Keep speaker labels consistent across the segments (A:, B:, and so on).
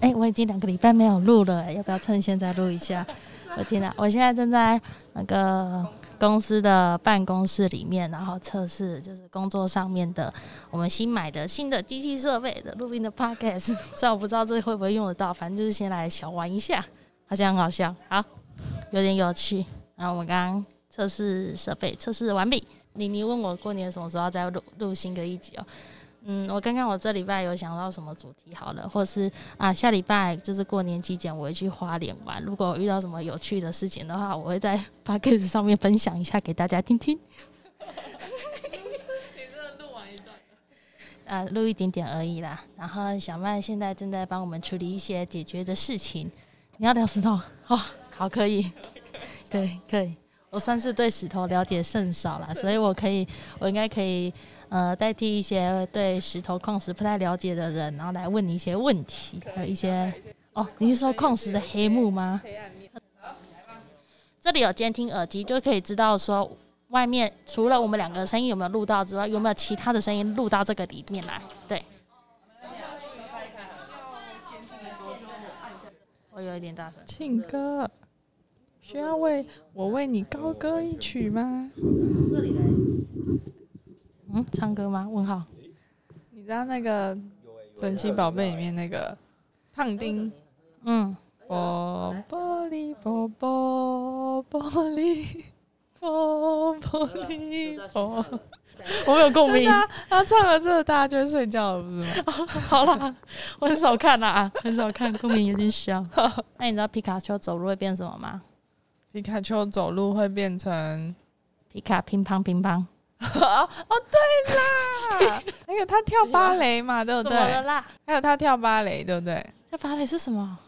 A: 哎、我已经两个礼拜没有录了、要不要趁现在录一下？我天哪、我现在正在那个公司的办公室里面，然后测试就是工作上面的我们新买的新的机器设备的录音的 podcast，虽然 我不知道这会不会用得到，反正就是先来小玩一下，好像很好笑，好，有点有趣。然后我们刚刚测试设备测试完毕，妮妮问我过年什么时候要再录录新的一集哦。嗯，我刚刚我这礼拜有想到什么主题好了，或是啊下礼拜就是过年期间我会去花莲玩，如果我遇到什么有趣的事情的话，我会在 p o d c a s 上面分享一下给大家听听。啊，录一点点而已啦。然后小曼现在正在帮我们处理一些解决的事情。你要聊石头哦，好，可以，对，可以。我算是对石头了解甚少啦，所以我可以，我应该可以，呃，代替一些对石头矿石不太了解的人，然后来问你一些问题，还有一些，哦，你是说矿石的黑幕吗？这里有监听耳机，就可以知道说外面除了我们两个声音有没有录到之外，有没有其他的声音录到这个里面来？对。我哦有一点大声。
B: 庆哥，需要为我为你高歌一曲吗？
A: 嗯，唱歌吗？问号。
B: 你知道那个《神奇宝贝》里面那个胖丁，呃
A: 嗯，
B: 波玻璃波波玻璃波玻璃波，
A: 我有共
B: 对
A: 鸣。
B: 啊，他唱了这个大家就会睡觉了，不是吗？
A: 好啦，我很少看啦，很少看，共鸣有点小。那你知道皮卡丘走路会变什么吗？
B: 皮卡丘走路会变成
A: 皮卡乒乓乒乓，
B: 哦，对啦，还有他跳芭蕾嘛，对不
A: 怎么了
B: 对？
A: 啦？
B: 还有他跳芭蕾，对不对？
A: 这芭蕾是什么？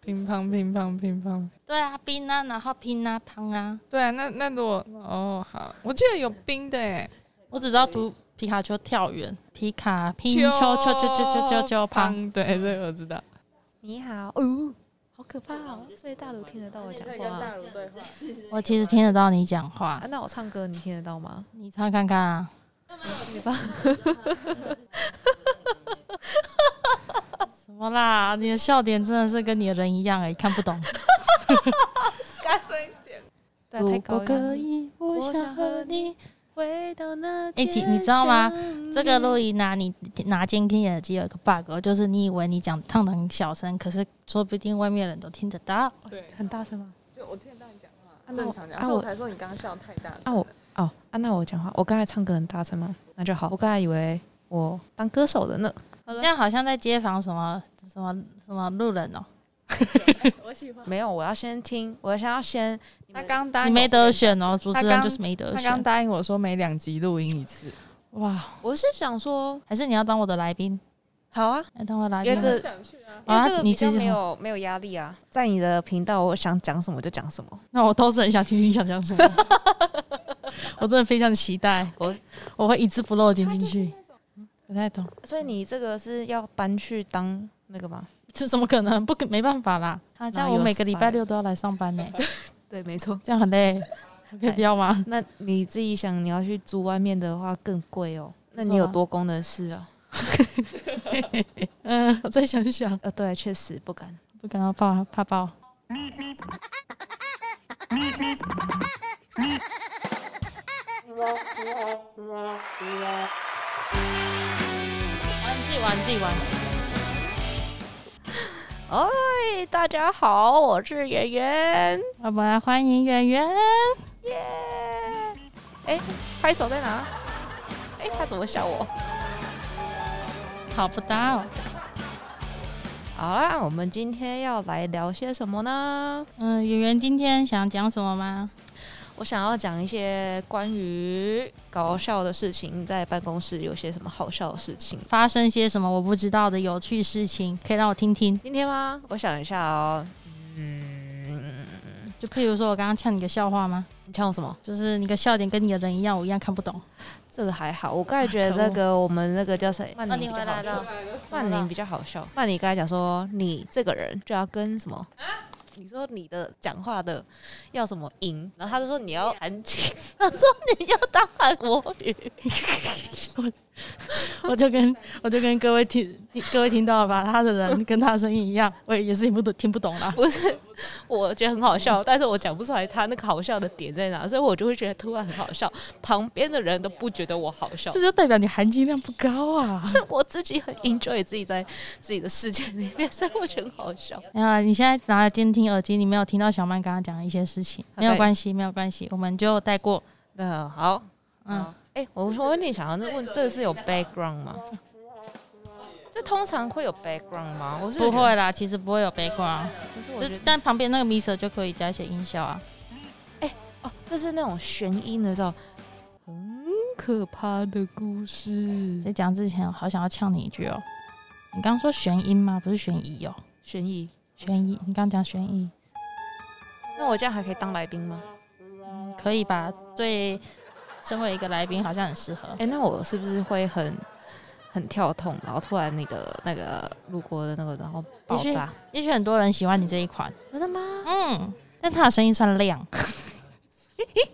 B: 乒乓乒乓乒乓。
A: 对啊，冰啊，然后拼啊，乓啊。
B: 对啊，那那如果哦好，我记得有冰的哎，
A: 我只知道读皮卡丘跳远，皮卡拼丘丘丘丘丘丘丘乓。
B: 乓，对，这个我知道。
C: 你好，哦，好可怕哦！所以大卢听得到我讲话啊
B: 卢对话。
A: 我其实听得到你讲话
C: 啊？，那我唱歌你听得到吗？
A: 你唱看看啊。什么啦？你的笑点真的是跟你的人一样哎、看不懂。
B: 大声一点。
C: 对
A: 如果可以，我想和你。
C: 回到那
A: 哎其你知道吗？这个录音啊，你拿监听耳机有一个 bug，哦就是你以为你讲唱的很小声，可是说不定外面的人都听得到。
B: 对，
C: 很大声吗？
B: 就我听到你讲话，
C: 那
B: 正常讲，
C: 啊
B: 所以我
C: 我
B: 才说你刚刚笑太大
C: 啊
B: 声
C: 我
B: 了。
C: 哦啊，那我讲话，我刚才唱歌很大声吗？那就好，我刚才以为我当歌手的呢。
A: 这样好像在街访什么什么什么路人哦、
B: 我喜欢。
C: 没有，我要先听，我想要先
B: 他刚答
A: 你
B: 应
A: 没
B: 我
A: 得选哦、主持
B: 他
A: 人
B: 刚
A: 就是没得
B: 他刚
A: 选。
B: 答应我说每两集录音一次。
A: 哇，
C: 我是想说，
A: 还是你要当我的来宾？
C: 好啊，
A: 要当我的来
C: 因
A: 宾
C: 为
A: 吗？
C: 这
B: 想去啊。
C: 因为
A: 啊
C: 这个
A: 你
C: 比较
A: 自己
C: 没有没有压力啊，在你的频道，我想讲什么就讲什么。
A: 那我倒是很想听听你想讲什 么，我真的非常期待，我我会一字不漏剪进去。不太懂，
C: 所以你这个是要搬去当那个吗？
A: 这怎么可能？不可没办法啦！啊，这样
C: 哪
A: 我
C: 有
A: 每个礼拜
C: style
A: 六都要来上班呢、
C: 对，没错。
A: 这样很累，我可以不要吗？
C: 那你自己想，你要去租外面的话更贵哦。那你
A: 是
C: 有
A: 吗
C: 多功能室啊？
A: 嗯，我再想想，
C: 呃，对，确实不敢。
A: 不敢要抱，怕抱。玩自己玩自己玩，
C: 哎，大家好，我是圆圆，
A: 我们来欢迎圆圆。
C: 耶！哎，拍手在哪？哎，他怎么笑我？
A: 考不到，
C: 好啦，我们今天要来聊些什么呢？
A: 嗯，圆圆今天想讲什么吗？
C: 我想要讲一些关于搞笑的事情，在办公室有些什么好笑的事情。
A: 发生些什么我不知道的有趣事情，可以让我听听。
C: 今天吗？我想一下哦。嗯，
A: 就譬如说我刚刚呛你个笑话吗？
C: 你抢我什么？
A: 就是你个笑点跟你的人一样，我一样看不懂。
C: 这个还好，我刚才
A: 啊
C: 觉得
A: 可恶
C: 那个我们那个叫谁？曼
A: 那
C: 宁
A: 哦你
C: 比
A: 回
C: 较好
A: 来
C: 笑。
A: 了，
C: 曼宁比较好笑。曼宁刚才讲说，你这个人就要跟什么？你说你的讲话的要什么赢， 然后他就说你要韩情，他说你要当韩国语，
A: 我就跟我就跟各位听听各位听到了吧，他的人跟他的声音一样，我也是听不懂听不懂 啦。
C: 不是，我觉得很好笑，但是我讲不出来他那个好笑的点在哪，所以我就会觉得突然很好笑，旁边的人都不觉得我好笑
A: 这，就代表你含金量不高啊。
C: 是我自己很 enjoy 自己在自己的世界里面，所以我觉得很好笑。
A: 没有啊，你现在拿了监听耳机，你没有听到小曼刚刚讲的一些事情，
C: 好
A: 没有关系，没有关系，我们就带过。
C: 那好，
A: 嗯
C: 嗯，，哎、我说问你想要问这个是有 background 吗？这通常会有 background 吗？我是
A: 不
C: 觉得，
A: 会啊啦，其实不会有背光，啊
C: 可是我
A: 就
C: 觉得
A: 但旁边那个 m i s e r 就可以加一些音效啊。
C: 哦，这是那种悬音的时候，很可怕的故事，
A: 在讲之前，好想要呛你一句哦，你刚刚说悬音吗？不是悬疑哦，
C: 悬疑。
A: 悬疑，你刚刚讲悬疑，
C: 那我这样还可以当来宾吗？
A: 嗯可以吧？对，身为一个来宾，好像很适合
C: 哎、。那我是不是会很很跳痛，然后突然你的那个路过的那个，然后爆
A: 也许
C: 炸？
A: 也许很多人喜欢你这一款，
C: 真的吗？
A: 嗯，但他的声音算亮。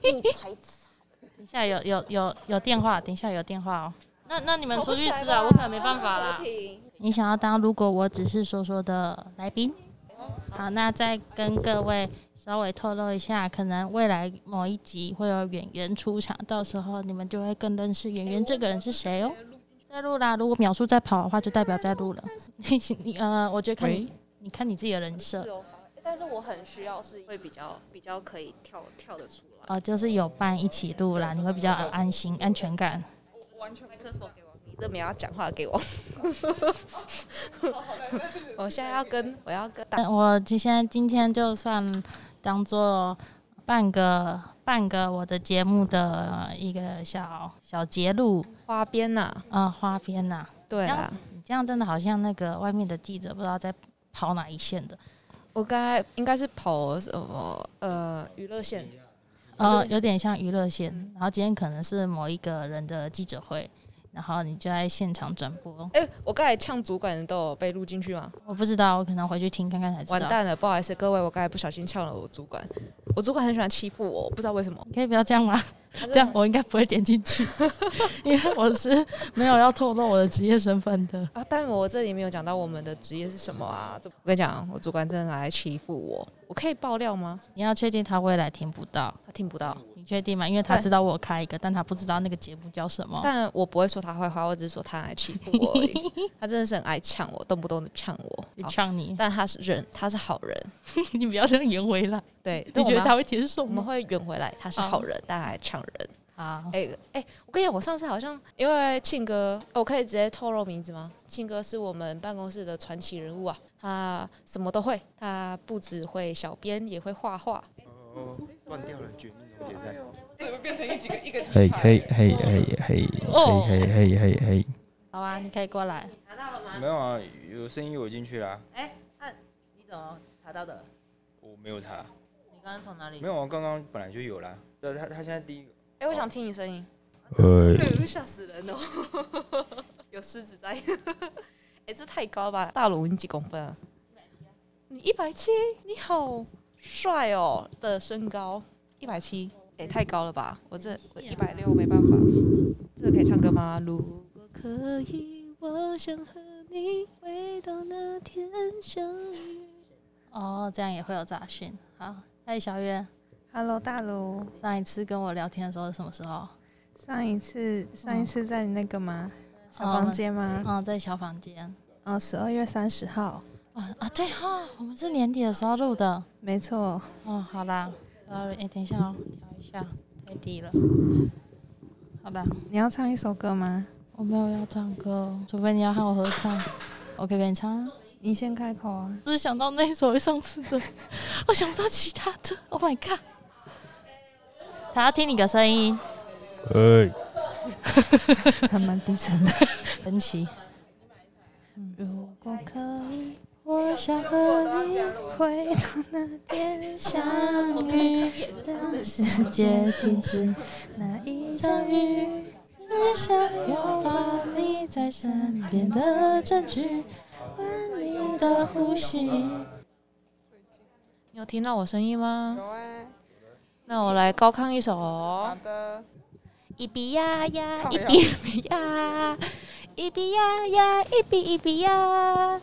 C: 你才
A: 等一下有有有有电话，等一下有电话哦。那那你们出去吃啊，
C: 吵不起来吧
A: 我可能没办法啦。你想要当如果我只是说说的来宾？好，那再跟各位稍微透露一下，可能未来某一集会有演员出场，到时候你们就会更认识演员这个人是谁哦。在录啦，如果秒数在跑的话，就代表在录了。你你呃，我觉得看你你看你自己的人设
D: 是哦，但是我很需要是会比较比较可以跳跳得出来。
A: 哦、就是有伴一起录啦，你会比较有安心安全感。
D: 麦克风给我，你这没有要讲话给我。
C: 我现在要跟我要跟
A: 那我今现在今天就算当做半个半个我的节目的一个小小节录
C: 花边呐、
A: 啊、呃花边呐、
C: 对
A: 这
C: 啦
A: 样，你这样真的好像那个外面的记者不知道在跑哪一线的，
C: 我刚才应该是跑什么呃娱乐线，
A: 呃，有点像娱乐线。然后今天可能是某一个人的记者会，然后你就在现场转播。
C: 哎、我刚才呛主管都有被录进去吗？
A: 我不知道，我可能回去听看看才知
C: 完
A: 道。
C: 蛋了，不好意思各位，我刚才不小心呛了我主管，我主管很喜欢欺负我，我不知道为什么。
A: 你可以不要这样
C: 啊
A: 吗？这样我应该不会点进 去，因为我是没有要透露我的职业身份的。
C: 啊，但我这里没有讲到我们的职业是什么啊。我跟你讲，我主管真的拿来欺负我，我可以爆料吗？
A: 你要确定他未来听不到，
C: 他听不到，
A: 你确定吗？因为他
C: 对
A: 知道我有开一个，但他不知道那个节目叫什么。
C: 但我不会说他坏话，我只是说他来欺负我而已。 他真的是很爱呛我，动不动的呛我。
A: 你
C: 好
A: 呛你，
C: 但他是人，他是好人，
A: 你不要这样圆回来。
C: 对。
A: 你
C: 但我
A: 觉
C: 们
A: 得
C: 要
A: 他会接受
C: 我们
A: 吗？
C: 会圆回来，他是好人，但来呛人。
A: 啊，
C: 嗯哎、哎、我跟你讲，我上次好像因为庆哥，哦我可以直接透露名字吗？庆哥是我们办公室的传奇人物啊，他什么都会，他不只会小编，也会画画。
E: 哦，断掉了，绝命终结战。怎么变成一几个一个？嘿嘿嘿
A: 哦
E: 嘿嘿嘿嘿嘿
A: 好啊，你可以过来。
E: 嘿。没有啊，有声音我进去啦，
D: 哎啊你怎么查到的？
E: 我没有查，
D: 你刚刚从哪里
E: 没？有啊，刚刚本来就有啦。那他他现在第一个，
C: 哎、我想听你声音。
E: 呃，
C: 吓死人哦！ 有狮子在。 哎、这太高吧？大鲁，你几公分啊？你一百七，你好帅哦的身高，一百七，哎，太高了吧？我这我一百啊六没办法。这个可以唱歌吗？如果可以，我想和你回到那天相遇。
A: 哦，这样也会有杂讯。好，嗨，小月，
F: Hello，大卢，
A: 上一次跟我聊天的时候是什么时候？
F: 上一次上一
C: 哦
F: 次在你那个吗？小
A: 哦
F: 房间吗？
A: 嗯，在小房间。
F: 哦，十二月三十号，
A: 啊啊，对哈、我们是年底的时候录的。
F: 没错。
A: 哦，好啦，sorry，哎、等一下哦，调一下，太低了。好吧，
F: 你要唱一首歌吗？
A: 我没有要唱歌，除非你要和我合唱，我可以陪你唱啊。
F: 你先开 口啊。
A: 只是想到那一首上次的， 我想不到其他的。Oh my god！他要听你的声音，
E: 哎，
F: 还蛮低沉的。
A: 神奇。
F: 如果可以，我想和你回到那天相 遇，当世界停止那一场雨，只想拥抱你在身边的证据，闻你的呼吸。
C: 你有听到我声音吗？有啊。那我来高亢一首、哦。好的。一比呀呀，一比一比呀，一比呀呀，一比一比呀，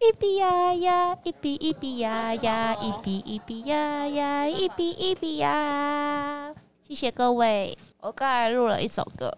C: 一比呀呀，一比一比呀呀，一比一比呀呀，一比一比呀。谢谢各位，我刚才录了一首歌，